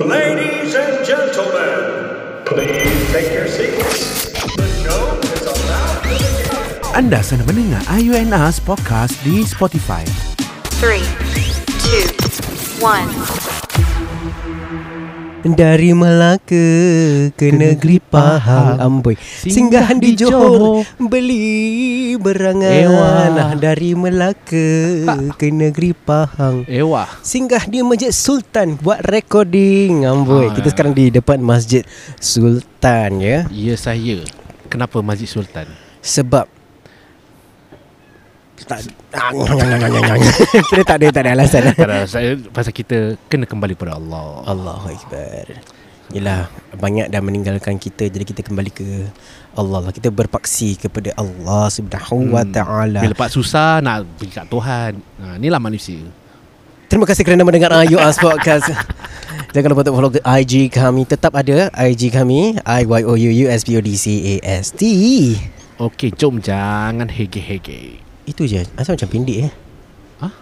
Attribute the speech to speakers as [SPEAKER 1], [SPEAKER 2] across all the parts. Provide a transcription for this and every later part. [SPEAKER 1] Ladies and gentlemen, please take your seats. The show is about to begin.
[SPEAKER 2] Anda sedang mendengar Ayu and Us podcast di Spotify.
[SPEAKER 3] Three, two, one.
[SPEAKER 4] Dari Melaka ke negeri Pahang Amboi Singgahan di Johor Beli berangan ah,
[SPEAKER 5] Ewah.
[SPEAKER 4] Dari Melaka ke negeri Pahang
[SPEAKER 5] Ewah
[SPEAKER 4] Singgah di Masjid Sultan Buat recording Amboi
[SPEAKER 5] Ah.
[SPEAKER 4] Kita sekarang di depan Masjid Sultan ya
[SPEAKER 5] Ya saya Kenapa Masjid Sultan
[SPEAKER 4] Sebab tak, Kita tak ada, tak ada alasan
[SPEAKER 5] Pasal saya Pasal kita Kena kembali pada Allah
[SPEAKER 4] Allahu Akbar Yelah Banyak dah meninggalkan kita Jadi kita kembali ke Allah lah Kita berpaksi kepada Allah Subhanahu wa ta'ala
[SPEAKER 5] Hmm. Bila pak susah Nak pergi kat Tuhan ha, Inilah manusia
[SPEAKER 4] Terima kasih kerana mendengar Ayu As Podcast Jangan lupa untuk follow ke IG kami Tetap ada IG kami I-Y-O-U-U-S-B-O-D-C-A-S-T
[SPEAKER 5] Okey jom Jangan hege-hege
[SPEAKER 4] Itu je Asal macam pendek eh
[SPEAKER 5] Hah?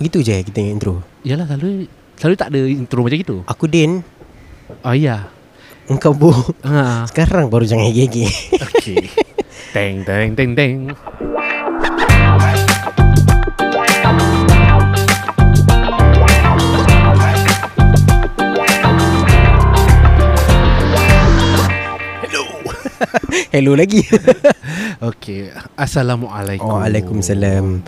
[SPEAKER 4] Begitu je kita punya intro
[SPEAKER 5] Yalah selalu Selalu tak ada intro macam itu
[SPEAKER 4] Aku Din
[SPEAKER 5] Oh ya
[SPEAKER 4] Engkau Bo
[SPEAKER 5] ha,
[SPEAKER 4] Sekarang baru jangan gigi
[SPEAKER 5] Okey Teng teng teng teng
[SPEAKER 4] Hello lagi
[SPEAKER 5] Okey Assalamualaikum
[SPEAKER 4] Waalaikumsalam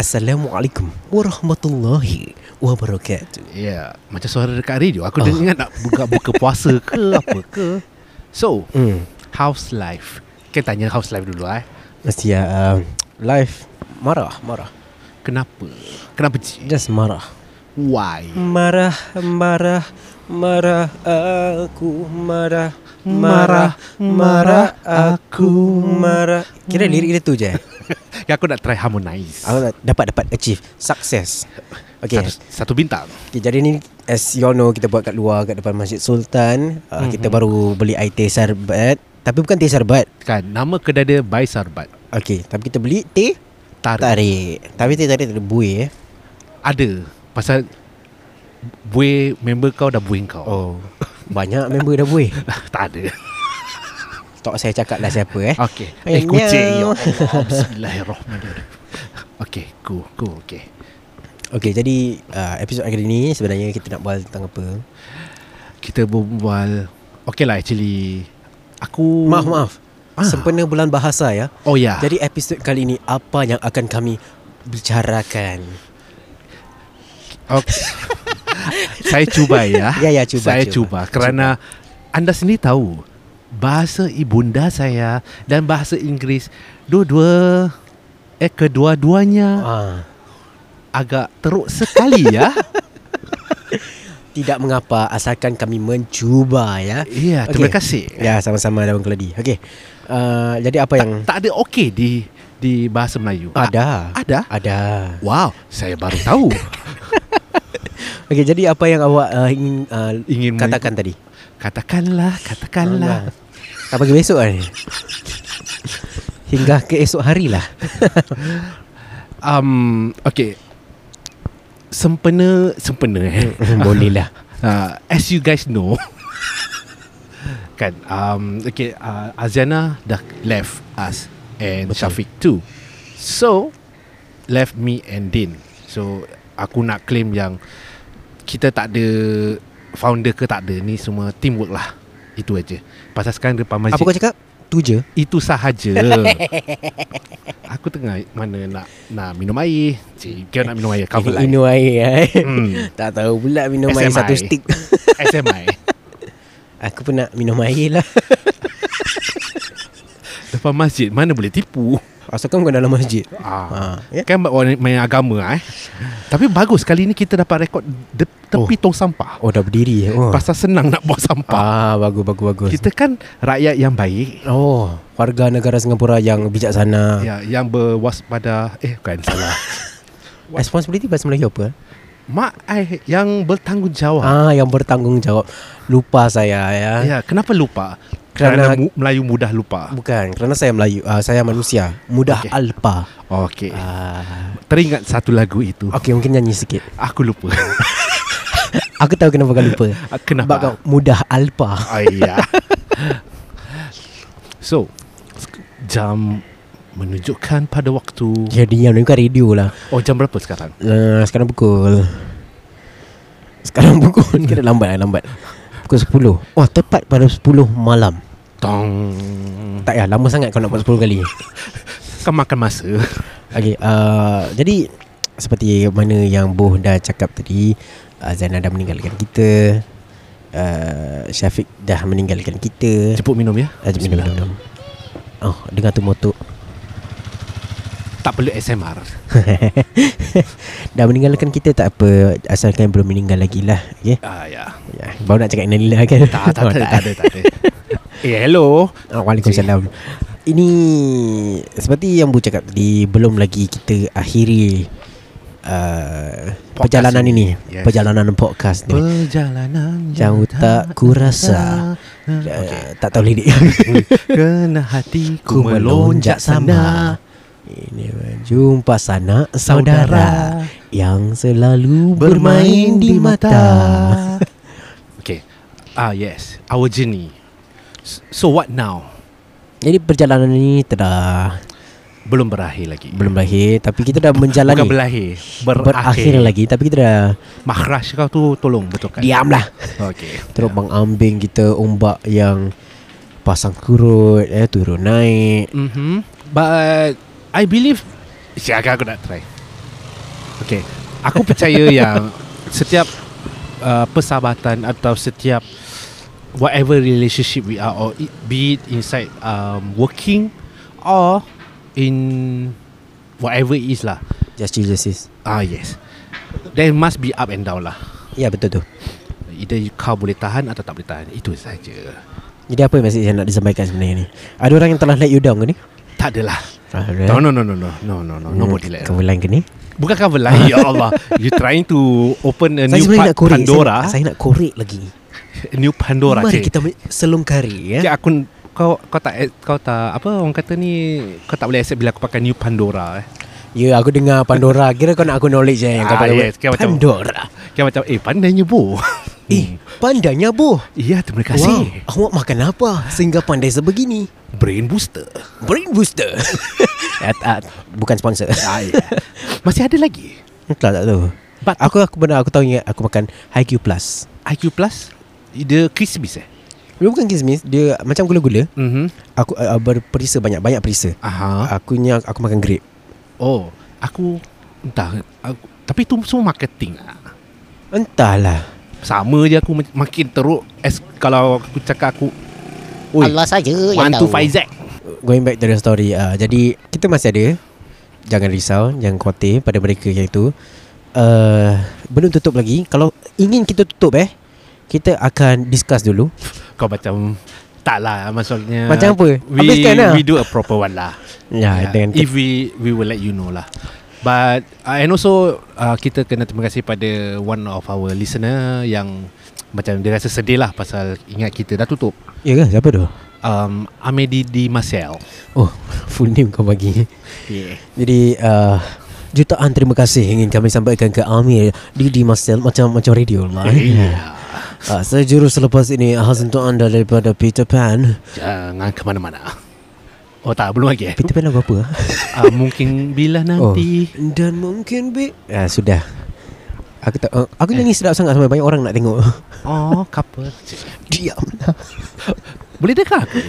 [SPEAKER 4] Assalamualaikum Warahmatullahi Wabarakatuh
[SPEAKER 5] Ya yeah, Macam suara dekat radio Aku oh. dengar nak buka, buka puasa ke Apa ke So
[SPEAKER 4] Hmm
[SPEAKER 5] House life Kita tanya house life dulu eh
[SPEAKER 4] Mesti ya uh, Live Marah Marah
[SPEAKER 5] Kenapa? Kenapa Cik?
[SPEAKER 4] Just marah
[SPEAKER 5] Why?
[SPEAKER 4] Marah Marah Marah aku Marah
[SPEAKER 5] Marah, marah aku.
[SPEAKER 4] Marah Kira lirik dia tu je
[SPEAKER 5] Ya, aku nak try harmonize
[SPEAKER 4] Aku nak- dapat dapat achieve Success Okay
[SPEAKER 5] satu, satu bintang
[SPEAKER 4] Okay, jadi ni as you all know kita buat kat luar kat depan Masjid Sultan. Uh, mm-hmm. Kita baru beli air teh sarbat tapi bukan teh sarbat.
[SPEAKER 5] Kan Nama kedai dia By Sarbat
[SPEAKER 4] Okey, tapi kita beli teh
[SPEAKER 5] Tarik,
[SPEAKER 4] tarik. Tapi teh tarik tak ada buih eh.
[SPEAKER 5] Ada Pasal Buih Member kau dah buih kau
[SPEAKER 4] Oh. Banyak member dah buih.
[SPEAKER 5] Tak ada
[SPEAKER 4] Tak saya cakap lah siapa eh.
[SPEAKER 5] Okay
[SPEAKER 4] Eh,
[SPEAKER 5] Eh kucing ya
[SPEAKER 4] meow.
[SPEAKER 5] Allah Bismillahirrahmanirrahim Okay Go Go Okay
[SPEAKER 4] Okey, jadi uh, episod hari ni sebenarnya kita nak bual tentang apa?
[SPEAKER 5] Kita berbual Okay lah actually Aku
[SPEAKER 4] Maaf, maaf.
[SPEAKER 5] Ah.
[SPEAKER 4] Sempena bulan bahasa ya.
[SPEAKER 5] Oh ya
[SPEAKER 4] Jadi episod kali ni apa yang akan kami bicarakan?
[SPEAKER 5] Okay. saya cuba ya.
[SPEAKER 4] Ya, ya, cuba,
[SPEAKER 5] Saya
[SPEAKER 4] cuba.
[SPEAKER 5] cuba, kerana anda sendiri tahu bahasa ibunda saya dan bahasa Inggeris dua-dua eh kedua-duanya
[SPEAKER 4] Ah.
[SPEAKER 5] agak teruk sekali ya.
[SPEAKER 4] Tidak mengapa asalkan kami mencuba ya.
[SPEAKER 5] Ya, terima kasih.
[SPEAKER 4] Ya, sama-sama Abang Keladi. Okey. Uh, jadi apa yang
[SPEAKER 5] Tak ada okey di di bahasa Melayu. A-
[SPEAKER 4] ada?
[SPEAKER 5] Ada?
[SPEAKER 4] Ada.
[SPEAKER 5] Wow, saya baru tahu.
[SPEAKER 4] Okey, jadi apa yang awak uh, ingin, uh,
[SPEAKER 5] Ingin men-
[SPEAKER 4] katakan tadi? Ah,
[SPEAKER 5] katakanlah, katakanlah.
[SPEAKER 4] Tak bagi besok kan Hingga ke esok hari lah
[SPEAKER 5] Um, okey. Sempena sempena eh.
[SPEAKER 4] Boleh lah
[SPEAKER 5] uh, as you guys know kan um okay uh, Aziana dah left us
[SPEAKER 4] Betul.
[SPEAKER 5] and Betul. Syafiq too so left me and Din so aku nak claim yang kita tak ada founder ke tak ada ni semua teamwork lah itu aja pasal sekarang depan masjid
[SPEAKER 4] Apa kau cakap? Tu je
[SPEAKER 5] itu sahaja aku tengah mana nak nak minum air cik kau nak minum air kau
[SPEAKER 4] Ini
[SPEAKER 5] gelai
[SPEAKER 4] minum air eh.
[SPEAKER 5] Hmm.
[SPEAKER 4] Tak tahu pula minum air
[SPEAKER 5] SMI.
[SPEAKER 4] satu stick
[SPEAKER 5] SMI
[SPEAKER 4] Aku pun nak minum air lah
[SPEAKER 5] depan masjid mana boleh tipu
[SPEAKER 4] Asalkan bukan dalam masjid Ah,
[SPEAKER 5] Ah.
[SPEAKER 4] ya.
[SPEAKER 5] Kan orang main agama eh. Tapi bagus kali ni kita dapat rekod de- tepi tong sampah.
[SPEAKER 4] Oh dah berdiri eh. oh.
[SPEAKER 5] Pasal senang nak buang sampah.
[SPEAKER 4] Ah bagus bagus bagus
[SPEAKER 5] Kita kan rakyat yang baik.
[SPEAKER 4] Oh warga negara Singapura yang bijaksana
[SPEAKER 5] Ya, yang berwaspada eh bukan salah.
[SPEAKER 4] Responsibility bahasa Melayu apa?
[SPEAKER 5] Mak ai yang bertanggungjawab.
[SPEAKER 4] Ah yang bertanggungjawab Lupa saya ya
[SPEAKER 5] Ya, kenapa lupa?
[SPEAKER 4] Kerana-
[SPEAKER 5] Kerana, mu, Melayu mudah lupa.
[SPEAKER 4] Bukan kerana saya Melayu uh, Saya manusia Mudah
[SPEAKER 5] Okey.
[SPEAKER 4] alpa
[SPEAKER 5] Okey.
[SPEAKER 4] ah.
[SPEAKER 5] Teringat satu lagu itu.
[SPEAKER 4] Okey mungkin nyanyi sikit
[SPEAKER 5] Aku lupa.
[SPEAKER 4] Aku tahu kenapa kau lupa
[SPEAKER 5] Ah, kenapa?
[SPEAKER 4] Sebab kau mudah alpa
[SPEAKER 5] Ayah. so, jam menunjukkan pada waktu
[SPEAKER 4] Jadi yang ni kau radio lah
[SPEAKER 5] Oh, jam berapa sekarang?
[SPEAKER 4] uh, Sekarang pukul Sekarang pukul Kira lambat lah lambat Pukul 10 Wah tepat pada 10 malam
[SPEAKER 5] Tong. Hmm.
[SPEAKER 4] Tak ya lama sangat kau nak buat 10 kali
[SPEAKER 5] Kau makan masa.
[SPEAKER 4] Okay uh, Jadi Seperti mana yang Boh dah cakap tadi uh, Zainal dah meninggalkan kita uh, Syafiq dah meninggalkan kita
[SPEAKER 5] Jemput minum ya.
[SPEAKER 4] Ah, jom minum, minum, minum. Oh dengar tu motor
[SPEAKER 5] Tak perlu SMR.
[SPEAKER 4] Dah meninggalkan kita tak apa Asalkan belum meninggal lagi lah okay?
[SPEAKER 5] Ah, ya.
[SPEAKER 4] ya, Baru nak cakap Innalillah kan
[SPEAKER 5] Tak, tak,
[SPEAKER 4] Oh,
[SPEAKER 5] tak, tak ada, tak ada. Eh, hello.
[SPEAKER 4] Ah, Waalaikumsalam Ini Seperti yang Bu cakap tadi Belum lagi kita akhiri uh,
[SPEAKER 5] Podcast
[SPEAKER 4] Perjalanan
[SPEAKER 5] ini.
[SPEAKER 4] ini
[SPEAKER 5] Yes.
[SPEAKER 4] Perjalanan podcast ni
[SPEAKER 5] Perjalanan
[SPEAKER 4] Jauh
[SPEAKER 5] yang
[SPEAKER 4] tak kurasa
[SPEAKER 5] Okay.
[SPEAKER 4] okay. Tak tahu lirik
[SPEAKER 5] Hmm. Kena hatiku melonjak sana
[SPEAKER 4] Ini jumpa sana saudara Yang selalu
[SPEAKER 5] Bermain di
[SPEAKER 4] mata
[SPEAKER 5] mata Okay Ah yes Our journey S- So what now?
[SPEAKER 4] Jadi perjalanan ini telah
[SPEAKER 5] Belum berakhir lagi
[SPEAKER 4] belum berakhir tapi kita dah menjalani
[SPEAKER 5] Bukan berakhir Berakhir,
[SPEAKER 4] berakhir lagi tapi kita dah
[SPEAKER 5] Mahraj kau tu tolong betulkan
[SPEAKER 4] diamlah.
[SPEAKER 5] Okay
[SPEAKER 4] Terus bang ambing kita ombak yang pasang kurut eh turun naik.
[SPEAKER 5] mm-hmm. But I believe Siap aku nak try Okay Aku percaya yang Setiap uh, Persahabatan Atau setiap Whatever relationship we are or it, Be it inside um, Working Or In Whatever it is lah
[SPEAKER 4] Justice justice.
[SPEAKER 5] Ah yes There must be up and down lah
[SPEAKER 4] Ya betul tu.
[SPEAKER 5] Either you- kau boleh tahan Atau tak boleh tahan Itu saja.
[SPEAKER 4] Jadi apa message yang nak disampaikan sebenarnya ni? Ada orang yang telah let you down ke ni?
[SPEAKER 5] Tak adalah
[SPEAKER 4] Ada.
[SPEAKER 5] No no no no no No no no Nobody like
[SPEAKER 4] Kemulan ke ni?
[SPEAKER 5] Bukan cover lah Ya Allah You trying to Open a
[SPEAKER 4] Saya
[SPEAKER 5] new
[SPEAKER 4] sebenarnya
[SPEAKER 5] pa-
[SPEAKER 4] nak korek
[SPEAKER 5] Pandora
[SPEAKER 4] saya, saya nak korek lagi
[SPEAKER 5] A New Pandora
[SPEAKER 4] Mari
[SPEAKER 5] Cik
[SPEAKER 4] kita me- selongkari ya
[SPEAKER 5] Cik, aku kau kau tak eh, kau tak apa orang kata ni kau tak boleh accept bila aku pakai new Pandora eh.
[SPEAKER 4] Ya aku dengar Pandora Kira kau nak aku knowledge je yang kau
[SPEAKER 5] Ah,
[SPEAKER 4] pakai
[SPEAKER 5] yes, kira macam-
[SPEAKER 4] Pandora
[SPEAKER 5] Kau macam eh pandainya bu.
[SPEAKER 4] Eh pandainya boh
[SPEAKER 5] Iya terima kasih.
[SPEAKER 4] Wow, awak makan apa sehingga pandai sebegini?
[SPEAKER 5] Brain booster.
[SPEAKER 4] Brain booster. at, at, Eh, ah, bukan sponsor.
[SPEAKER 5] Ah, yeah. Masih ada lagi.
[SPEAKER 4] tak tak tahu. But aku aku benar aku tahu ingat aku makan HiQ Plus.
[SPEAKER 5] IQ Plus dia Christmas eh.
[SPEAKER 4] Dia bukan kismis, dia macam gula-gula.
[SPEAKER 5] Mhm.
[SPEAKER 4] Aku uh, berperisa banyak, banyak perisa.
[SPEAKER 5] Aha.
[SPEAKER 4] Aku nya aku makan grape.
[SPEAKER 5] Oh, aku entah aku, tapi tu semua marketing lah.
[SPEAKER 4] Entahlah.
[SPEAKER 5] Sama je aku mak- makin teruk as kalau aku cakap aku Oi,
[SPEAKER 6] Allah saja yang
[SPEAKER 5] One
[SPEAKER 6] tahu.
[SPEAKER 5] two five Z
[SPEAKER 4] Going back to the story. Uh, jadi kita masih ada. Jangan risau, jangan khawatir pada mereka yang itu. Uh, belum tutup lagi. Kalau ingin kita tutup eh, kita akan discuss dulu.
[SPEAKER 5] Kau macam Tak lah Maksudnya
[SPEAKER 4] Macam apa?
[SPEAKER 5] we,
[SPEAKER 4] Habiskan lah.
[SPEAKER 5] We do a proper one lah
[SPEAKER 4] Ya,
[SPEAKER 5] Yeah,
[SPEAKER 4] dengan
[SPEAKER 5] If we We will let you know lah But uh, And also uh, Kita kena terima kasih pada One of our listener Yang Macam dia rasa sedih lah Pasal ingat kita dah tutup
[SPEAKER 4] Ya ke? Siapa tu?
[SPEAKER 5] um, Amedi Di Marcel
[SPEAKER 4] Oh, full name kau bagi.
[SPEAKER 5] yeah.
[SPEAKER 4] Jadi uh, jutaan terima kasih ingin kami sampaikan ke Amir Didi Marcel macam macam radio lah. Yeah. Uh, saya juru selepas ini khas untuk anda daripada Peter Pan.
[SPEAKER 5] Jangan ke mana-mana Oh tak belum lagi eh
[SPEAKER 4] Peter Pan lagu apa? ah?
[SPEAKER 5] uh, Mungkin bila nanti oh.
[SPEAKER 4] Dan mungkin be. Ah sudah. Aku tak uh, aku nyanyi sedap sangat sampai banyak orang nak tengok.
[SPEAKER 5] Oh couple
[SPEAKER 4] Diamlah.
[SPEAKER 5] Boleh dengar ke?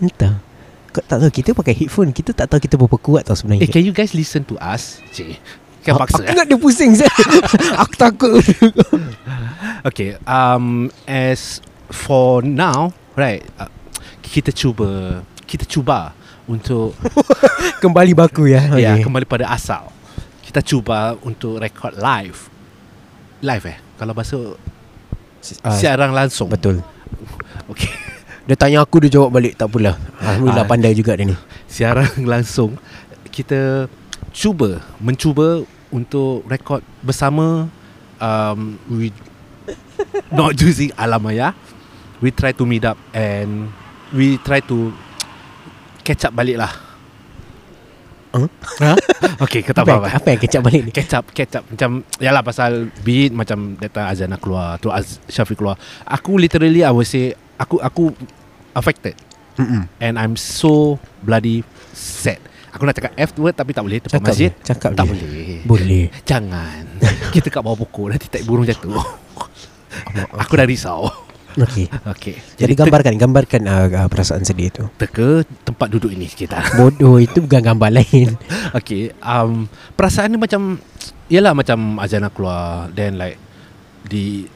[SPEAKER 4] Entah. Kau tak tahu kita pakai headphone, kita tak tahu kita berapa kuat tau
[SPEAKER 5] Eh
[SPEAKER 4] sebenarnya.
[SPEAKER 5] can you guys listen to us? Cik Kan
[SPEAKER 4] aku,
[SPEAKER 5] paksa
[SPEAKER 4] aku
[SPEAKER 5] eh?
[SPEAKER 4] nak dia pusing saya. aku takut.
[SPEAKER 5] Okay um, As For now Right uh, Kita cuba Kita cuba Untuk
[SPEAKER 4] Kembali baku ya.
[SPEAKER 5] okay. ya,
[SPEAKER 4] Okey.
[SPEAKER 5] Kembali pada asal Kita cuba Untuk record live Live eh Kalau bahasa
[SPEAKER 4] Ah,
[SPEAKER 5] Siaran langsung
[SPEAKER 4] Betul.
[SPEAKER 5] Okay
[SPEAKER 4] Dia tanya aku dia jawab balik tak pula. Alhamdulillah
[SPEAKER 5] Ah.
[SPEAKER 4] pandai juga dia ni.
[SPEAKER 5] Siaran langsung Kita Cuba Mencuba Untuk record Bersama um, We Not using alamaya We try to meet up And We try to Catch up balik lah
[SPEAKER 4] huh?
[SPEAKER 5] Ha? Okay kau tak
[SPEAKER 4] apa,
[SPEAKER 5] faham
[SPEAKER 4] apa, apa yang kecap balik ni
[SPEAKER 5] Kecap Kecap Macam Yalah pasal Beat macam Datang Azana keluar Tu Az, Syafiq keluar Aku literally I would say Aku Aku Affected
[SPEAKER 4] Mm-mm.
[SPEAKER 5] And I'm so Bloody Sad Aku nak cakap F word Tapi tak boleh Tempat
[SPEAKER 4] Cakap
[SPEAKER 5] masjid
[SPEAKER 4] je, cakap
[SPEAKER 5] Tak
[SPEAKER 4] je.
[SPEAKER 5] boleh
[SPEAKER 4] Boleh
[SPEAKER 5] Jangan Kita kat bawah pokok Nanti tak burung jatuh Aku dah risau
[SPEAKER 4] Okay
[SPEAKER 5] Okay
[SPEAKER 4] Jadi
[SPEAKER 5] te-
[SPEAKER 4] gambarkan Gambarkan uh, uh, perasaan sedih tu
[SPEAKER 5] Teka tempat duduk ini kita.
[SPEAKER 4] Bodoh itu bukan gambar lain
[SPEAKER 5] Okay um, Perasaan dia macam Yelah macam Azana keluar Then like The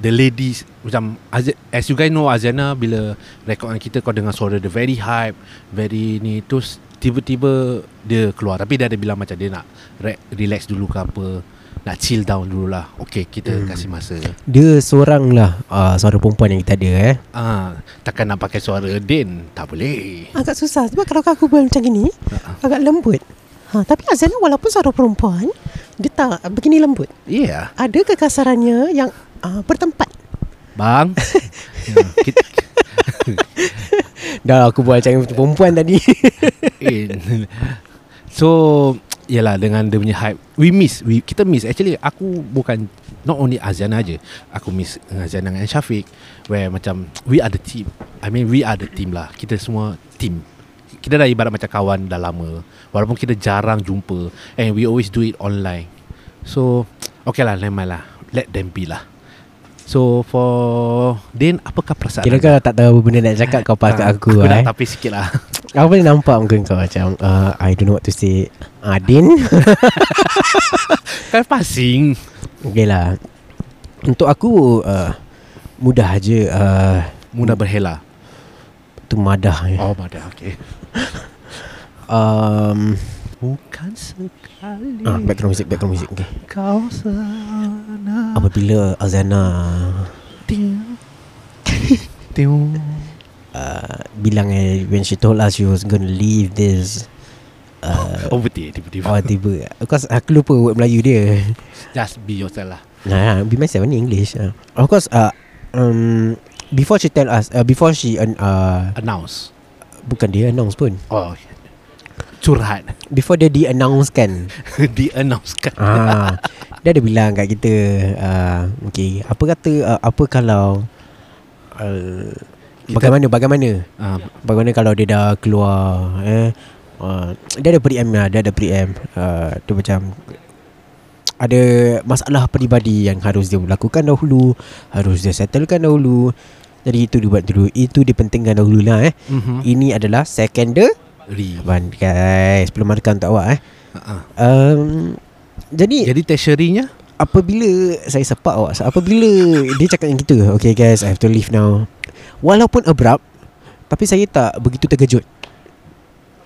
[SPEAKER 5] The ladies Macam Az- As you guys know Azana bila Rekod dengan kita Kau dengar suara dia Very hype Very ni Terus Tiba-tiba Dia keluar Tapi dia ada bilang macam Dia nak re- Relax dulu ke apa Nak chill down dulu lah Okay kita hmm. kasih masa
[SPEAKER 4] Dia seorang lah uh, Suara perempuan yang kita ada eh
[SPEAKER 5] Ah, Takkan nak pakai suara Din Tak boleh
[SPEAKER 6] agak susah sebab kalau aku buat macam gini agak lembut. Ha, tapi Azana walaupun seorang perempuan dia tak begini lembut.
[SPEAKER 5] Yeah
[SPEAKER 6] Ada kekasarannya yang uh, bertempat.
[SPEAKER 5] Bang Ya, kita,
[SPEAKER 4] Dah aku buat macam perempuan tadi
[SPEAKER 5] In. Eh, so Yalah dengan dia punya hype We miss we, Kita miss Actually aku bukan Not only Aziana aja Aku miss dengan Aziana dengan Syafiq Where macam We are the team I mean we are the team lah Kita semua team Kita dah ibarat macam kawan dah lama Walaupun kita jarang jumpa And we always do it online So Okay lah never mind lah Let them be lah So for Din apakah perasaan
[SPEAKER 4] Kira kau
[SPEAKER 5] anda?
[SPEAKER 4] dah tak tahu apa benda nak cakap Kau patut
[SPEAKER 5] Ah,
[SPEAKER 4] aku, eh
[SPEAKER 5] Aku dah tapi sikit lah
[SPEAKER 4] Aku boleh nampak muka kau macam uh, I don't know what to say Ah, Adin
[SPEAKER 5] Kan passing
[SPEAKER 4] Okay lah Untuk aku uh, Mudah je uh,
[SPEAKER 5] Mudah berhela
[SPEAKER 4] Tu madah eh. je.
[SPEAKER 5] Oh madah okay
[SPEAKER 4] um,
[SPEAKER 5] Bukan sekali
[SPEAKER 4] ah, Background music Background music okay.
[SPEAKER 5] Kau sana
[SPEAKER 4] Apabila Azana
[SPEAKER 5] Ting Ting
[SPEAKER 4] uh, Bilang eh, When she told us She was going to leave this uh,
[SPEAKER 5] Oh betul tiba-tiba
[SPEAKER 4] Oh tiba Because aku lupa word Melayu dia
[SPEAKER 5] Just be yourself lah
[SPEAKER 4] Nah, be myself in English uh. Of course uh, um, Before she tell us uh, Before she uh, uh,
[SPEAKER 5] Announce
[SPEAKER 4] Bukan dia announce pun
[SPEAKER 5] Oh Curhat
[SPEAKER 4] Before dia di-announce kan
[SPEAKER 5] Di-announcekan
[SPEAKER 4] ah, Dia ada bilang kat kita uh, Okay Apa kata uh, Apa kalau uh, Bagaimana Bagaimana
[SPEAKER 5] Ah,
[SPEAKER 4] Bagaimana kalau dia dah keluar eh? Uh, dia ada preamp lah Dia ada preamp uh, Dia macam Ada masalah peribadi Yang harus dia lakukan dahulu Harus dia settlekan dahulu Jadi itu dibuat dulu Itu dipentingkan dahulu lah eh.
[SPEAKER 5] mhm.
[SPEAKER 4] Ini adalah secondary
[SPEAKER 5] Ri
[SPEAKER 4] Abang guys 10 markah untuk awak eh
[SPEAKER 5] Ah, ah.
[SPEAKER 4] um, jadi, jadi
[SPEAKER 5] Jadi tertiary-nya
[SPEAKER 4] apabila Saya sepak awak Apabila Dia cakap yang gitu Okay guys I have to leave now Walaupun abrupt Tapi saya tak begitu terkejut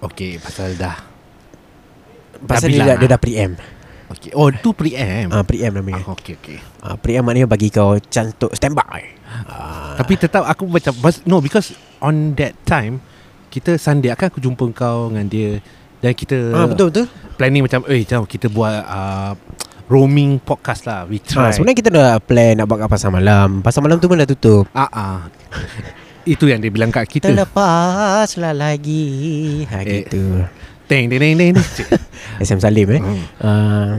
[SPEAKER 5] Okay pasal dah
[SPEAKER 4] Pasal
[SPEAKER 5] bilang
[SPEAKER 4] dia, dah, dia
[SPEAKER 5] lah.
[SPEAKER 4] dah pre-amp
[SPEAKER 5] Okay Oh tu pre-amp
[SPEAKER 4] ah, Pre-amp
[SPEAKER 5] Ah,
[SPEAKER 4] namanya
[SPEAKER 5] Okay okay
[SPEAKER 4] ah, Pre-amp maknanya bagi kau Chance untuk stand by ah,
[SPEAKER 5] Tapi tetap aku macam bas- No because On that time Kita Sunday Akan aku jumpa kau Dengan dia Dan kita
[SPEAKER 4] ah, Betul-betul
[SPEAKER 5] Planning macam Eh jom kita buat uh, Roaming podcast lah
[SPEAKER 4] ah,
[SPEAKER 5] We try
[SPEAKER 4] Sebenarnya kita dah plan Nak buat kat pasar malam Pasar malam tu pun dah tutup
[SPEAKER 5] ah, ah. Itu yang dia bilang kat kita
[SPEAKER 4] Terlepaslah lagi ha,
[SPEAKER 5] Eh.
[SPEAKER 4] Gitu
[SPEAKER 5] Teng teng teng teng Cik.
[SPEAKER 4] SM Salim eh
[SPEAKER 5] Hmm.
[SPEAKER 4] Uh,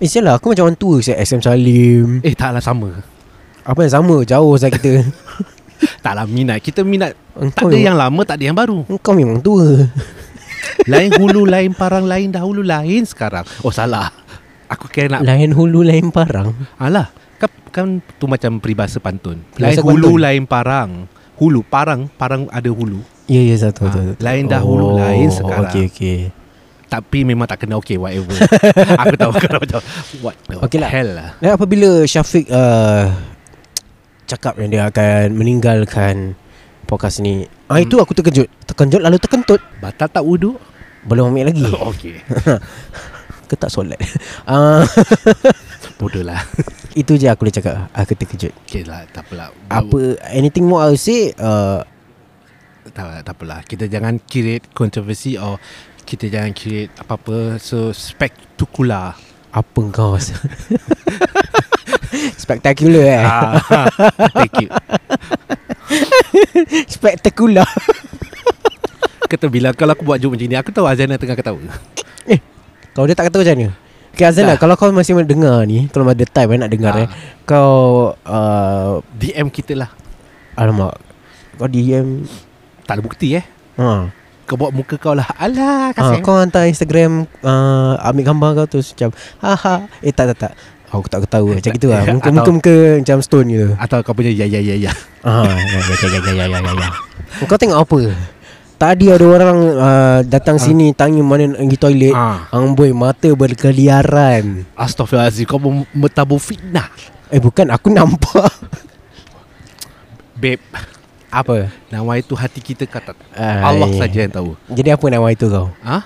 [SPEAKER 4] Eh sial lah Aku macam orang tua sial, SM Salim
[SPEAKER 5] Eh taklah sama
[SPEAKER 4] Apa yang sama Jauh saya kita
[SPEAKER 5] Taklah minat Kita minat
[SPEAKER 4] Engkau
[SPEAKER 5] Tak ada
[SPEAKER 4] memang,
[SPEAKER 5] yang lama Tak ada yang baru
[SPEAKER 4] Engkau memang tua
[SPEAKER 5] Lain hulu Lain parang Lain dahulu Lain sekarang Oh salah Aku kira nak
[SPEAKER 4] Lain hulu lain parang
[SPEAKER 5] Alah kan, kan tu macam peribahasa pantun Lain
[SPEAKER 4] Peribahasa
[SPEAKER 5] hulu
[SPEAKER 4] pantun.
[SPEAKER 5] Lain parang Hulu Parang Parang ada hulu
[SPEAKER 4] Ya ya satu,
[SPEAKER 5] Ah,
[SPEAKER 4] satu, satu.
[SPEAKER 5] lain dahulu, lain
[SPEAKER 4] Oh,
[SPEAKER 5] sekarang.
[SPEAKER 4] Okay okay
[SPEAKER 5] Tapi memang tak kena Okay whatever Aku tahu kalau macam What the
[SPEAKER 4] Okay lah.
[SPEAKER 5] hell lah
[SPEAKER 4] Dan apabila Syafiq uh, Cakap yang dia akan Meninggalkan Podcast ni ah, Itu aku terkejut Terkejut lalu terkentut
[SPEAKER 5] Batal tak wuduk
[SPEAKER 4] Belum ambil lagi
[SPEAKER 5] Okay
[SPEAKER 4] Ke tak solat Ah,
[SPEAKER 5] Bodoh lah
[SPEAKER 4] Itu je aku boleh cakap Aku terkejut
[SPEAKER 5] Okay lah tak apalah
[SPEAKER 4] Apa Anything more I would say uh,
[SPEAKER 5] tak, apalah, tak apalah Kita jangan create controversy Or kita jangan create apa-apa So spectacular
[SPEAKER 4] Apa kau rasa? Spectacular eh
[SPEAKER 5] ah, Thank you
[SPEAKER 4] Spectacular
[SPEAKER 5] kata bila kalau aku buat joke macam ni Aku tahu Azana tengah ketawa
[SPEAKER 4] Eh Kalau dia tak kata macam mana Okay Azana
[SPEAKER 5] Dah.
[SPEAKER 4] Kalau kau masih dengar ni Kalau ada time eh, nak dengar
[SPEAKER 5] Ah.
[SPEAKER 4] eh Kau uh,
[SPEAKER 5] DM kita lah
[SPEAKER 4] Alamak Kau DM
[SPEAKER 5] Tak ada bukti eh
[SPEAKER 4] Ha.
[SPEAKER 5] Kau buat muka kau lah
[SPEAKER 4] Ah,
[SPEAKER 5] Alah kasihan
[SPEAKER 4] kau hantar Instagram uh, ambil gambar kau terus macam haha eh tak tak tak aku tak ketawa macam gitu lah muka
[SPEAKER 5] Atau-
[SPEAKER 4] muka muka macam stone gitu
[SPEAKER 5] Atau kau punya ya ya ya ya
[SPEAKER 4] ah ya ya ya ya ya ya ya, ya kau tengok apa tadi ada orang uh, datang sini tanya mana nak pergi toilet
[SPEAKER 5] Ah.
[SPEAKER 4] amboi mata berkeliaran
[SPEAKER 5] Astaghfirullahaladzim Kau mem- metabur fitnah
[SPEAKER 4] eh bukan aku nampak
[SPEAKER 5] Babe
[SPEAKER 4] apa
[SPEAKER 5] Nama itu hati kita kata
[SPEAKER 4] Ai.
[SPEAKER 5] Allah saja yang tahu
[SPEAKER 4] jadi apa nama itu kau
[SPEAKER 5] Ha?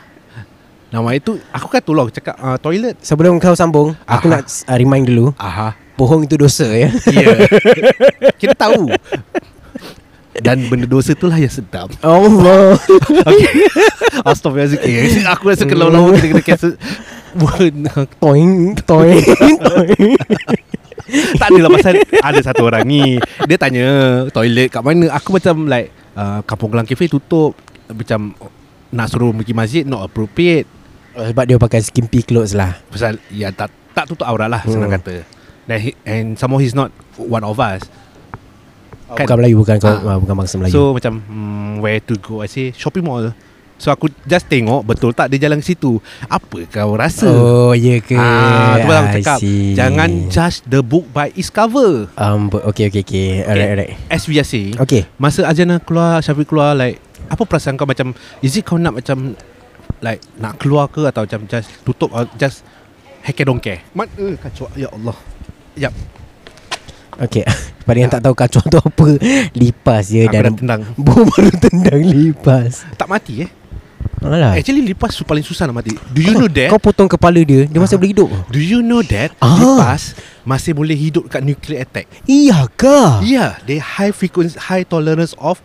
[SPEAKER 5] Nama itu Aku kan tolong cakap uh, toilet
[SPEAKER 4] sebelum kau sambung aku nak
[SPEAKER 5] Aha.
[SPEAKER 4] uh, remind dulu
[SPEAKER 5] Aha
[SPEAKER 4] bohong itu dosa ya
[SPEAKER 5] Ya Kita tahu Dan benda dosa itulah yang sedap
[SPEAKER 4] Allah
[SPEAKER 5] Okay Astaghfirullahaladzim okay. Eh, Aku rasa kalau lama kita kena cancel
[SPEAKER 4] toing toing toing
[SPEAKER 5] Tak adalah pasal Ada satu orang ni Dia tanya Toilet kat mana Aku macam like uh, Kampung Gelang Cafe tutup Macam Nak suruh pergi masjid Not appropriate
[SPEAKER 4] Oh, Sebab dia pakai skimpy clothes lah
[SPEAKER 5] Pasal Ya tak tak tutup aurat lah hmm. Senang
[SPEAKER 4] Hmm.
[SPEAKER 5] kata Dan he, And some more he's not One of us
[SPEAKER 4] kan? Bukan Melayu Bukan kau, ah.
[SPEAKER 5] Ah.
[SPEAKER 4] bukan bangsa Melayu so,
[SPEAKER 5] So macam hmm, Where to go I say Shopping mall So aku just tengok Betul tak dia jalan situ Apa kau rasa
[SPEAKER 4] Oh ya ke
[SPEAKER 5] Ah, tu orang
[SPEAKER 4] I
[SPEAKER 5] cakap
[SPEAKER 4] see.
[SPEAKER 5] Jangan judge the book by its cover
[SPEAKER 4] um, bo- Okay okay okay Alright alright
[SPEAKER 5] As we are saying
[SPEAKER 4] Okay
[SPEAKER 5] Masa Azana keluar Syafiq keluar like Apa perasaan kau macam Is it kau nak macam Like nak keluar ke Atau macam just tutup or Just Heck I don't care Mat, eh, kacau Ya Allah Yap
[SPEAKER 4] Okay Pada yang tak tahu kacau tu apa Lipas je
[SPEAKER 5] Aku dah
[SPEAKER 4] Dan
[SPEAKER 5] tendang
[SPEAKER 4] Bom baru tendang lipas
[SPEAKER 5] Tak mati eh
[SPEAKER 4] Alah
[SPEAKER 5] Actually lipas tu paling susah nak mati Do you know that
[SPEAKER 4] Kau potong kepala dia Dia masih boleh hidup
[SPEAKER 5] Do you know that
[SPEAKER 4] Ah.
[SPEAKER 5] Lipas Masih boleh hidup kat nuclear attack
[SPEAKER 4] Iya ke
[SPEAKER 5] Yeah They high frequency High tolerance of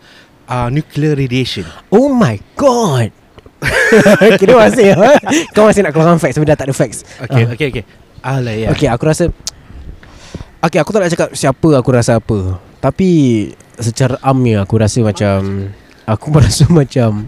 [SPEAKER 5] uh, Nuclear radiation
[SPEAKER 4] Oh my god Kira masih ha? Kau masih nak keluarkan facts Sebenarnya tak ada facts
[SPEAKER 5] Okay
[SPEAKER 4] Ah.
[SPEAKER 5] okay okay Alah ya
[SPEAKER 4] Okay aku rasa Okay aku tak nak cakap Siapa aku rasa apa Tapi Secara amnya Aku rasa macam Aku merasa macam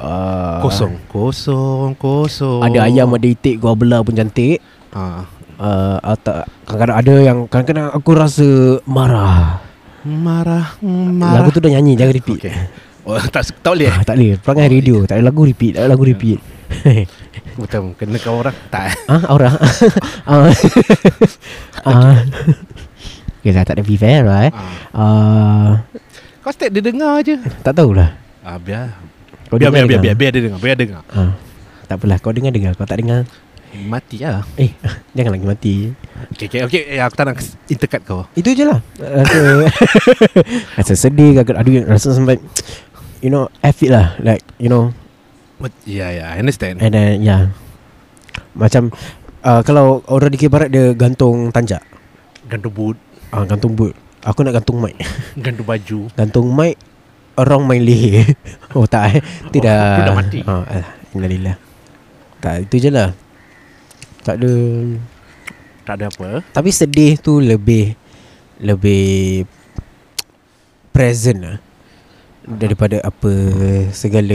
[SPEAKER 4] uh,
[SPEAKER 5] Kosong Kosong Kosong
[SPEAKER 4] Ada ayam Ada itik Gua belah pun cantik
[SPEAKER 5] ha.
[SPEAKER 4] uh, atau, Kadang-kadang ada yang Kadang-kadang aku rasa Marah,
[SPEAKER 5] Marah Marah
[SPEAKER 4] marah. Lagu tu dah nyanyi Jangan repeat
[SPEAKER 5] Okay.
[SPEAKER 4] okay.
[SPEAKER 5] Oh, tak, su- tak boleh eh?
[SPEAKER 4] ah, Tak boleh Perangai radio Tak ada lagu repeat Tak ada lagu repeat
[SPEAKER 5] Macam kena kau orang Tak
[SPEAKER 4] Ah, aura. ah. ah. Okay, dah tak ada beef eh, right? Ah.
[SPEAKER 5] Kau step dia dengar je
[SPEAKER 4] Tak tahulah
[SPEAKER 5] ah, Biar
[SPEAKER 4] Kau
[SPEAKER 5] biar, biar,
[SPEAKER 4] dengar, dengar.
[SPEAKER 5] biar, biar, biar dia dengar Biar dia dengar
[SPEAKER 4] ha. Tak apalah kau dengar-dengar Kau tak dengar
[SPEAKER 5] Mati lah
[SPEAKER 4] Eh jangan lagi mati
[SPEAKER 5] Okay, okay, okay. Eh, Aku tak nak intercut kau
[SPEAKER 4] Itu je lah Rasa Rasa sedih ke Aduh rasa sampai You know F it lah Like you know
[SPEAKER 5] Mat- Ya, ya, I understand
[SPEAKER 4] And then yeah Macam uh, Kalau orang di K Barat Dia gantung tanjak
[SPEAKER 5] Gantung boot
[SPEAKER 4] uh, Gantung boot Aku nak gantung mic
[SPEAKER 5] Gantung baju
[SPEAKER 4] Gantung mic Around my leher Oh tak eh Itu
[SPEAKER 5] Oh,
[SPEAKER 4] dah
[SPEAKER 5] itu dah mati.
[SPEAKER 4] oh, alah, Alhamdulillah Tak itu je lah Tak ada
[SPEAKER 5] Tak ada apa
[SPEAKER 4] Tapi sedih tu lebih Lebih Present lah Daripada apa Segala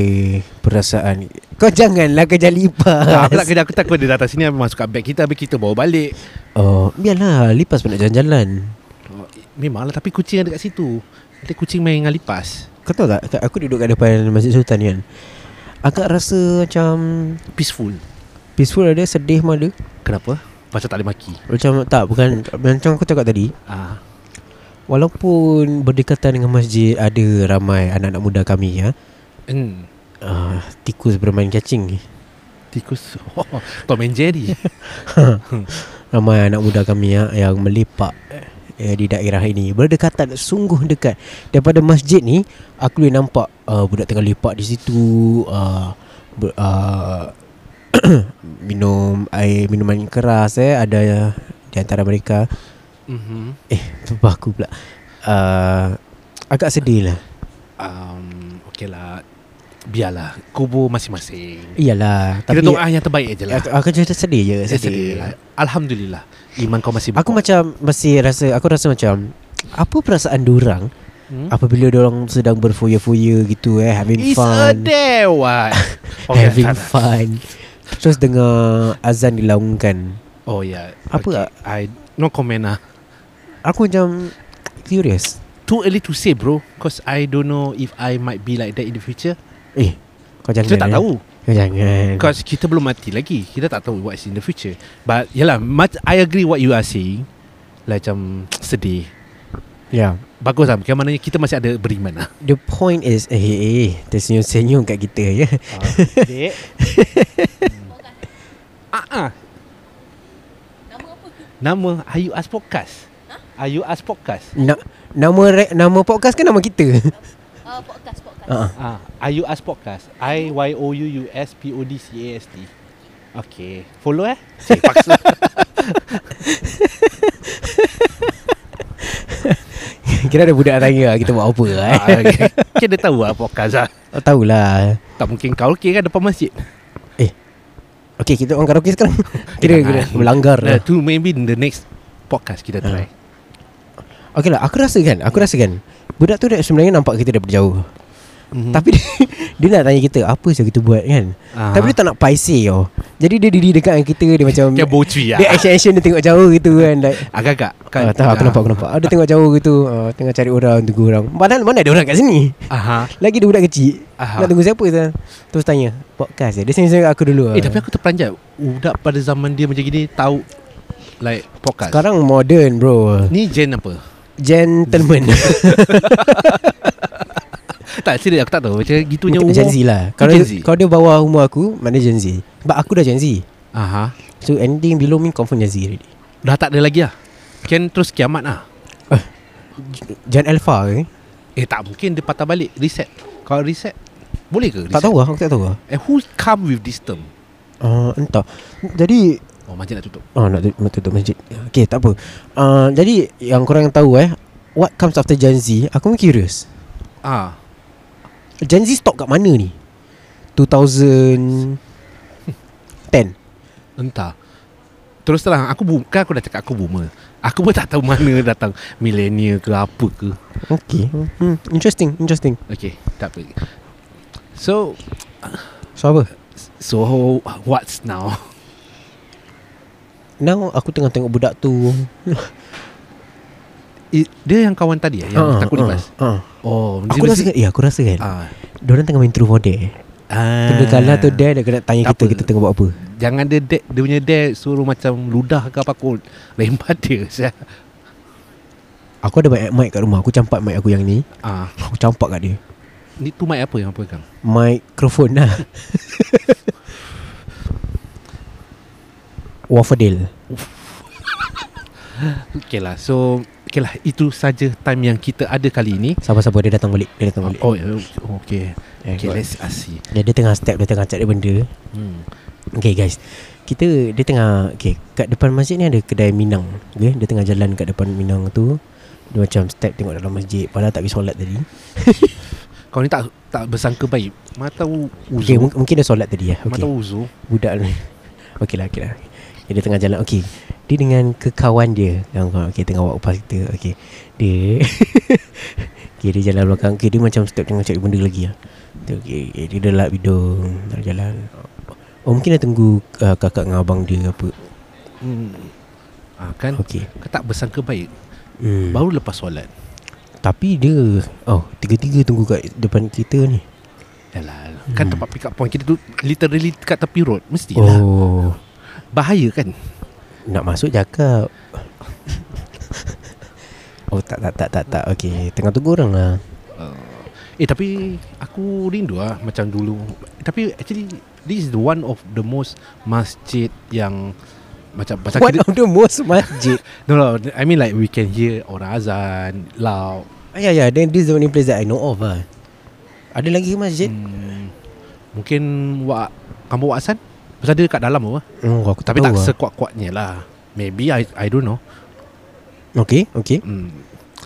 [SPEAKER 4] perasaan Kau janganlah kerja lipas
[SPEAKER 5] tak, Aku tak kerja Aku takut dia datang sini Habis masuk kat beg kita Habis kita bawa balik
[SPEAKER 4] Oh Biarlah lipas pun nak jalan-jalan
[SPEAKER 5] Oh, eh, Memanglah Tapi kucing ada kat situ Nanti kucing main dengan lipas
[SPEAKER 4] Kau tahu tak kat- Aku duduk kat depan Masjid Sultan ni kan Agak rasa macam
[SPEAKER 5] Peaceful
[SPEAKER 4] Peaceful ada Sedih pun ada
[SPEAKER 5] Kenapa? Pasal tak boleh maki
[SPEAKER 4] Macam tak bukan Macam aku cakap tadi
[SPEAKER 5] ah.
[SPEAKER 4] Walaupun berdekatan dengan masjid Ada ramai anak-anak muda kami ya
[SPEAKER 5] Hmm.
[SPEAKER 4] uh, Tikus bermain cacing
[SPEAKER 5] Tikus Oh, Tom and Jerry
[SPEAKER 4] Ramai anak muda kami ya, yang melepak eh, di daerah ini Berdekatan, sungguh dekat Daripada masjid ni Aku boleh nampak uh, budak tengah lepak di situ uh, ber, uh, Minum air, minuman keras eh Ada uh, di antara mereka
[SPEAKER 5] mm-hmm.
[SPEAKER 4] Eh, lupa aku pula uh, Agak sedih lah
[SPEAKER 5] um, Okay lah Biarlah Kubur masing-masing
[SPEAKER 4] Iyalah
[SPEAKER 5] Kita
[SPEAKER 4] tapi
[SPEAKER 5] doa yang terbaik je lah
[SPEAKER 4] aku, aku jadi sedih je
[SPEAKER 5] Saya
[SPEAKER 4] Sedih,
[SPEAKER 5] sedih lah Alhamdulillah Iman kau masih
[SPEAKER 4] Aku macam masih rasa Aku rasa macam Apa perasaan diorang hmm? apabila orang sedang berfoya-foya gitu eh having
[SPEAKER 5] It's a
[SPEAKER 4] fun
[SPEAKER 5] dare what
[SPEAKER 4] okay, having fun terus dengar azan dilaungkan
[SPEAKER 5] Oh yeah
[SPEAKER 4] Apa
[SPEAKER 5] I No comment lah
[SPEAKER 4] aku macam curious
[SPEAKER 5] Too early to say bro Cause I don't know If I might be like that in the future
[SPEAKER 4] eh kau jangan
[SPEAKER 5] Kita tak
[SPEAKER 4] eh.
[SPEAKER 5] tahu
[SPEAKER 4] kau jangan
[SPEAKER 5] Because kita belum mati lagi Kita tak tahu What's in the future But Yalah mat- I agree what you are saying Like macam Sedih
[SPEAKER 4] yeah
[SPEAKER 5] Bagus lah Bukan maknanya Kita masih ada beriman lah
[SPEAKER 4] Ya, the point is eh eh, eh tersenyum-senyum kat kita ya
[SPEAKER 5] Ah, ah. Nama apa? Nama Ayu As Podcast Ayu As Podcast
[SPEAKER 4] Na- nama re- nama podcast ke nama kita
[SPEAKER 7] Uh, podcast, podcast.
[SPEAKER 4] Ha.
[SPEAKER 5] Ah, Ayu As Podcast. I Y O U U S P O D C A S T. Okay. Follow eh? Cik, paksa.
[SPEAKER 4] Kira ada budak tanya lah, Kita buat apa lah eh
[SPEAKER 5] ah, okay. Kan dia tahu lah podcast lah.
[SPEAKER 4] Tak tahulah
[SPEAKER 5] Tak mungkin karaoke kan depan masjid.
[SPEAKER 4] Okay kita orang karaoke sekarang Kira, kira
[SPEAKER 5] Jangan. ah.
[SPEAKER 4] melanggar Ah.
[SPEAKER 5] Nah,
[SPEAKER 4] lah
[SPEAKER 5] tu maybe the next podcast kita try.
[SPEAKER 4] Okay lah aku rasa kan Aku rasa kan Budak tu dia sebenarnya nampak kita daripada jauh
[SPEAKER 5] Mhm.
[SPEAKER 4] Tapi dia, dia nak tanya kita Apa saja kita buat kan
[SPEAKER 5] Ah.
[SPEAKER 4] Tapi dia tak nak paisi tau Jadi dia diri dekat dengan kita Dia macam
[SPEAKER 5] Kan bocui lah.
[SPEAKER 4] Dia action-action dia tengok jauh gitu kan like,
[SPEAKER 5] Agak-agak. Ah.
[SPEAKER 4] Kan, tak, aku nampak, aku nampak. Ada tengok jauh gitu, uh, tengah cari orang, tunggu orang. Padahal mana ada orang kat sini.
[SPEAKER 5] Aha.
[SPEAKER 4] Lagi dia budak kecil.
[SPEAKER 5] Aha.
[SPEAKER 4] Nak tunggu siapa tu? Terus tanya, podcast ya?" dia. Dia senyum-senyum kat aku dulu. ah.
[SPEAKER 5] Eh, tapi aku terperanjat. Budak pada zaman dia macam gini tahu like podcast.
[SPEAKER 4] sekarang modern bro.
[SPEAKER 5] Ni gen apa?
[SPEAKER 4] Gentleman.
[SPEAKER 5] tak, serius aku tak tahu. Macam gitunya umur.
[SPEAKER 4] Gen Z lah. Kalau
[SPEAKER 5] Gen Z.
[SPEAKER 4] kalau dia bawah umur aku, mana Gen Z. Sebab aku dah Gen Z.
[SPEAKER 5] Aha.
[SPEAKER 4] So anything below me confirm Gen Z already.
[SPEAKER 5] Dah tak ada lagi lah. Kan terus kiamat lah.
[SPEAKER 4] Gen Alpha ke?
[SPEAKER 5] Eh tak mungkin dia patah balik Reset Kalau reset Boleh ke reset?
[SPEAKER 4] Tak tahu lah, aku tak tahu lah.
[SPEAKER 5] Eh who come with this term
[SPEAKER 4] Uh, entah. Jadi
[SPEAKER 5] Oh macam nak tutup
[SPEAKER 4] Oh nak tut- nak tutup masjid Okay tak apa uh, Jadi yang korang tahu eh What comes after Gen Z Aku pun curious
[SPEAKER 5] Ah,
[SPEAKER 4] Gen Z stop kat mana ni 2010
[SPEAKER 5] Entah Terus terang Aku boom, kan aku dah cakap aku boomer Aku pun tak tahu mana datang Millennial ke apa ke
[SPEAKER 4] Okay hmm, Interesting Interesting
[SPEAKER 5] Okay tak apa So
[SPEAKER 4] So apa
[SPEAKER 5] So what's now
[SPEAKER 4] Now aku tengah tengok budak tu
[SPEAKER 5] It, Dia yang kawan tadi eh, Yang uh, takut uh, lepas
[SPEAKER 4] uh, uh.
[SPEAKER 5] Oh
[SPEAKER 4] Aku
[SPEAKER 5] dia
[SPEAKER 4] rasa
[SPEAKER 5] mesti-
[SPEAKER 4] kan Ya aku rasa kan uh.
[SPEAKER 5] ah,
[SPEAKER 4] Diorang tengah main true for dare
[SPEAKER 5] ah.
[SPEAKER 4] Kena kalah tu dare Dia kena tanya
[SPEAKER 5] Tak
[SPEAKER 4] kita
[SPEAKER 5] apa.
[SPEAKER 4] Kita tengah buat apa
[SPEAKER 5] Jangan dia dek, Dia punya dek Suruh macam ludah ke apa kot Lembat dia sial.
[SPEAKER 4] Aku ada banyak mic kat rumah Aku campak mic aku yang ni
[SPEAKER 5] Ah,
[SPEAKER 4] Aku campak kat dia
[SPEAKER 5] Ni tu mic apa yang apa pegang
[SPEAKER 4] Mikrofon lah Waffle
[SPEAKER 5] Okay lah So Okay lah Itu saja time yang kita ada kali ini
[SPEAKER 4] Sabar-sabar dia datang balik Dia datang balik
[SPEAKER 5] Oh ya, okay
[SPEAKER 4] Eh,
[SPEAKER 5] Okay
[SPEAKER 4] good.
[SPEAKER 5] let's see
[SPEAKER 4] dia, dia tengah step Dia tengah cari benda
[SPEAKER 5] hmm.
[SPEAKER 4] Okay guys Kita Dia tengah Okay Kat depan masjid ni ada kedai Minang Okay Dia tengah jalan kat depan Minang tu Dia macam step tengok dalam masjid Padahal tak pergi solat tadi
[SPEAKER 5] Kau ni tak tak bersangka baik Mata u-
[SPEAKER 4] Okay
[SPEAKER 5] uzur
[SPEAKER 4] mung- mungkin dia solat tadi ya okay.
[SPEAKER 5] Mata uzur
[SPEAKER 4] Budak ni Okey lah, okey lah Dia dia tengah jalan Okey Dia dengan kekawan dia Kawan-kawan Okey tengah walk past kita Okey Dia Okey dia jalan belakang Okey dia macam step tengah cari benda lagi lah Tu, Okey okay. dia dah lap hidung Dah jalan Oh mungkin dia tunggu uh, kakak dengan abang dia ke apa
[SPEAKER 5] hmm. ah, Kan okay.
[SPEAKER 4] Okey
[SPEAKER 5] Kau tak bersangka baik
[SPEAKER 4] hmm.
[SPEAKER 5] Baru lepas solat
[SPEAKER 4] Tapi dia Oh tiga-tiga tunggu kat depan kita ni
[SPEAKER 5] Yalah Kan tempat pick up point kita tu Literally kat tepi road Mestilah oh.
[SPEAKER 4] Oh
[SPEAKER 5] Bahaya kan
[SPEAKER 4] Nak masuk cakap Oh tak tak tak tak tak Okey tengah tunggu orang lah
[SPEAKER 5] Eh tapi Aku rindu lah Macam dulu Tapi actually This is the one of the most Masjid yang Macam macam
[SPEAKER 4] One
[SPEAKER 5] kita-
[SPEAKER 4] of the most masjid
[SPEAKER 5] No, no, I mean like we can hear orang azan loud.
[SPEAKER 4] Ah, ya, ya. Then this is the only place that I know of lah. Ada lagi masjid?
[SPEAKER 5] Hmm, mungkin wa kamu Wak San? Pasal dia kat dalam apa?
[SPEAKER 4] Hmm. Oh, aku
[SPEAKER 5] Tapi tak
[SPEAKER 4] tahu lah.
[SPEAKER 5] sekuat-kuatnya lah. Maybe I I don't know.
[SPEAKER 4] Okay, okay.
[SPEAKER 5] Hmm.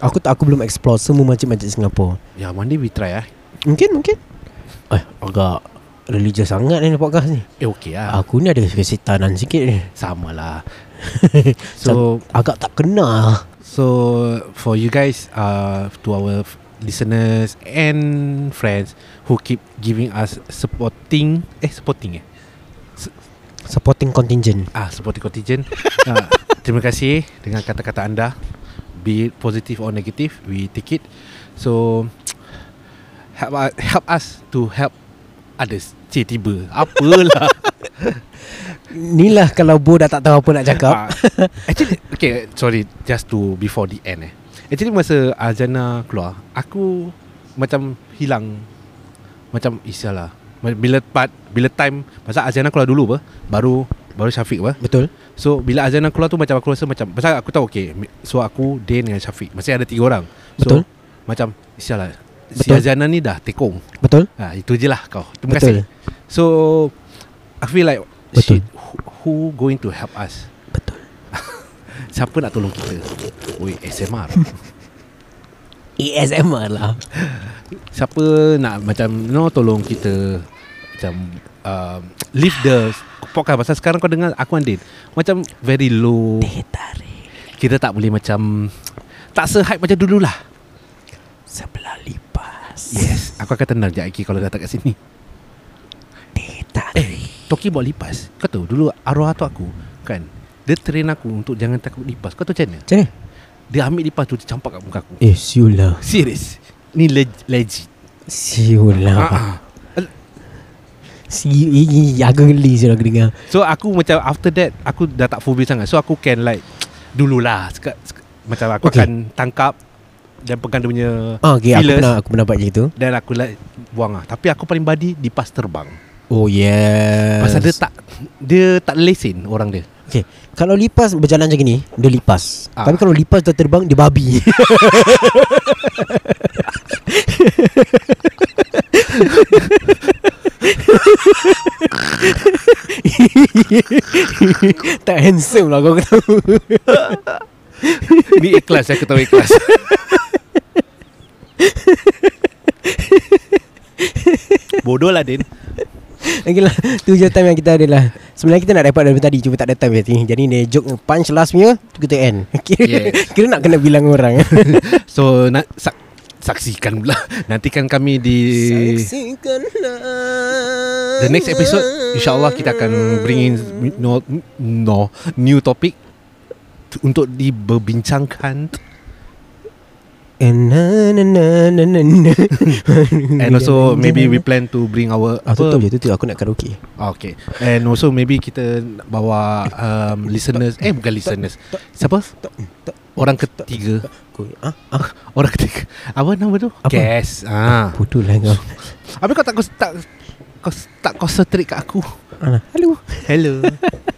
[SPEAKER 4] Aku tak aku belum explore semua masjid-masjid Singapura.
[SPEAKER 5] Yeah, one day we try eh.
[SPEAKER 4] Mungkin, mungkin. Eh, agak religious sangat ni podcast ni.
[SPEAKER 5] Eh okay lah.
[SPEAKER 4] Aku ni ada kesetanan sikit ni.
[SPEAKER 5] Sama lah.
[SPEAKER 4] So,
[SPEAKER 5] so
[SPEAKER 4] agak tak ah. kenal.
[SPEAKER 5] so for you guys uh, to our f- listeners and friends who keep giving us supporting eh supporting eh
[SPEAKER 4] Supporting contingent
[SPEAKER 5] ah supporting contingent. ah, terima kasih dengan kata-kata anda be it positive or negative we take it. So help us, help us to help others. Cik tiba. Apalah.
[SPEAKER 4] Inilah kalau Bo dah tak tahu apa nak cakap
[SPEAKER 5] Ah, Actually Okay sorry Just to Before the end eh Actually masa Azana keluar Aku Macam hilang Macam Isyalah Bila part Bila time Masa Azana keluar dulu apa Baru Baru Syafiq apa
[SPEAKER 4] Betul
[SPEAKER 5] So bila Azana keluar tu Macam aku rasa macam Pasal aku tahu okay So aku Dan dengan Syafiq Masih ada tiga orang
[SPEAKER 4] Betul.
[SPEAKER 5] so, Macam Isyalah Si
[SPEAKER 4] Betul.
[SPEAKER 5] Azana ni dah tekong
[SPEAKER 4] Betul
[SPEAKER 5] ha, Itu je lah kau Terima
[SPEAKER 4] Betul.
[SPEAKER 5] kasih So I feel like
[SPEAKER 4] Betul.
[SPEAKER 5] Shit who, who going to help us
[SPEAKER 4] Betul
[SPEAKER 5] Siapa nak tolong kita Oi SMR
[SPEAKER 4] ASMR lah
[SPEAKER 5] Siapa nak macam You know tolong kita Macam um, Leave the Podcast Pasal sekarang kau dengar Aku Andin Macam very low
[SPEAKER 4] Eh, Hitarik
[SPEAKER 5] Kita tak boleh macam Tak se-hype macam dululah
[SPEAKER 4] Sebelah lipas
[SPEAKER 5] Yes Aku akan tenang sekejap Aki Kalau datang kat sini
[SPEAKER 4] Hitarik
[SPEAKER 5] Eh Talking about lipas Kau tahu dulu Arwah tu aku Kan Dia train aku Untuk jangan takut lipas Kau tahu macam mana
[SPEAKER 4] Macam mana?
[SPEAKER 5] Dia ambil lipas tu Dia campak kat muka aku
[SPEAKER 4] Eh siulah
[SPEAKER 5] Serius Ni leg- legit
[SPEAKER 4] Siulah
[SPEAKER 5] Ah, ah.
[SPEAKER 4] Si ini Aku geli Siulah aku dengar
[SPEAKER 5] So aku macam After that Aku dah tak phobia sangat So aku can like Dululah seka, seka, Macam aku
[SPEAKER 4] Okay.
[SPEAKER 5] okay. akan Tangkap Dan pegang dia punya
[SPEAKER 4] Ah, okay, aku
[SPEAKER 5] feelers.
[SPEAKER 4] pernah aku pernah buat macam itu.
[SPEAKER 5] Dan aku like Buang lah Tapi aku paling badi Di pas terbang
[SPEAKER 4] Oh yes.
[SPEAKER 5] Pasal dia tak Dia tak lesin Orang dia
[SPEAKER 4] Okay Kalau lipas berjalan macam ni Dia lipas
[SPEAKER 5] Ah.
[SPEAKER 4] Tapi kalau lipas dah terbang Dia babi Tak handsome lah kau kena
[SPEAKER 5] Ni ikhlas Aku tahu ikhlas Bodoh lah Din
[SPEAKER 4] Okay lah Tu je time yang kita ada lah Sebenarnya kita nak record dari tadi Cuma tak ada time tadi Jadi dia joke punch last punya tu Kita end Kira,
[SPEAKER 5] Yes.
[SPEAKER 4] kira nak kena bilang orang
[SPEAKER 5] So nak sak, Saksikan pula Nantikan kami di
[SPEAKER 4] Saksikanlah.
[SPEAKER 5] The next episode InsyaAllah kita akan Bring in No, no New topic t- Untuk diberbincangkan
[SPEAKER 4] And na na na na na na
[SPEAKER 5] And also Maybe we plan to bring our
[SPEAKER 4] Ah, tutup
[SPEAKER 5] apa,
[SPEAKER 4] je tutup Aku nak karaoke
[SPEAKER 5] Ah, Okay And also maybe kita nak Bawa um, Listeners Eh bukan listeners Siapa? Orang ketiga
[SPEAKER 4] Aku ah,
[SPEAKER 5] Orang ketiga Apa nama tu?
[SPEAKER 4] Apa?
[SPEAKER 5] Guest ah.
[SPEAKER 4] Bodoh lah kau
[SPEAKER 5] Habis kau tak kau tak kau tak concentrate kat aku.
[SPEAKER 4] Alah. Hello
[SPEAKER 5] Hello.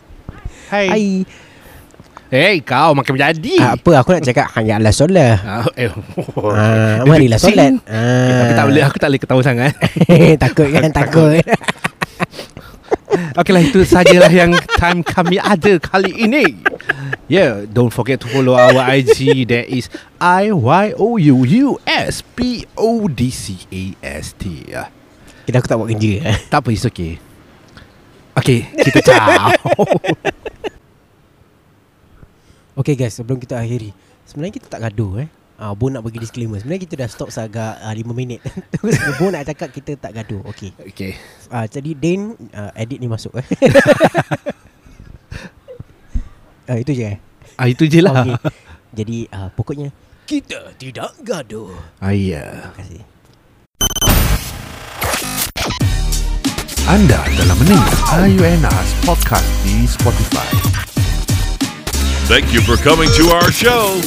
[SPEAKER 5] Hai.
[SPEAKER 4] Hai
[SPEAKER 5] Hey kau makin menjadi.
[SPEAKER 4] ah, Apa aku nak cakap Hanyalah solat
[SPEAKER 5] Ah, eh.
[SPEAKER 4] ah, Marilah
[SPEAKER 5] Sing.
[SPEAKER 4] solat
[SPEAKER 5] Eh,
[SPEAKER 4] ah.
[SPEAKER 5] tapi tak boleh aku tak boleh ketawa sangat.
[SPEAKER 4] Takut kan takut
[SPEAKER 5] Okeylah itu sajalah yang time kami ada kali ini. Yeah, don't forget to follow our IG that is I Y O U U S P O D C A S T. Ah,
[SPEAKER 4] Kita aku tak buat kerja
[SPEAKER 5] Tak apa, it's okay. Okay, kita ciao.
[SPEAKER 4] Okay guys sebelum kita akhiri Sebenarnya kita tak gaduh eh Ah, Bo nak bagi disclaimer Sebenarnya kita dah stop seagak ah, 5 minit Terus Bo nak cakap kita tak gaduh Okay
[SPEAKER 5] okay.
[SPEAKER 4] Ah, jadi Din ah, edit ni masuk eh. ah, itu je. eh?
[SPEAKER 5] Ah, itu je lah.
[SPEAKER 4] Okey. Jadi ah, pokoknya kita tidak gaduh.
[SPEAKER 5] Ah, yeah.
[SPEAKER 4] Terima kasih.
[SPEAKER 2] Anda telah mendengar IUNA's podcast di Spotify.
[SPEAKER 1] Thank you for coming to our show.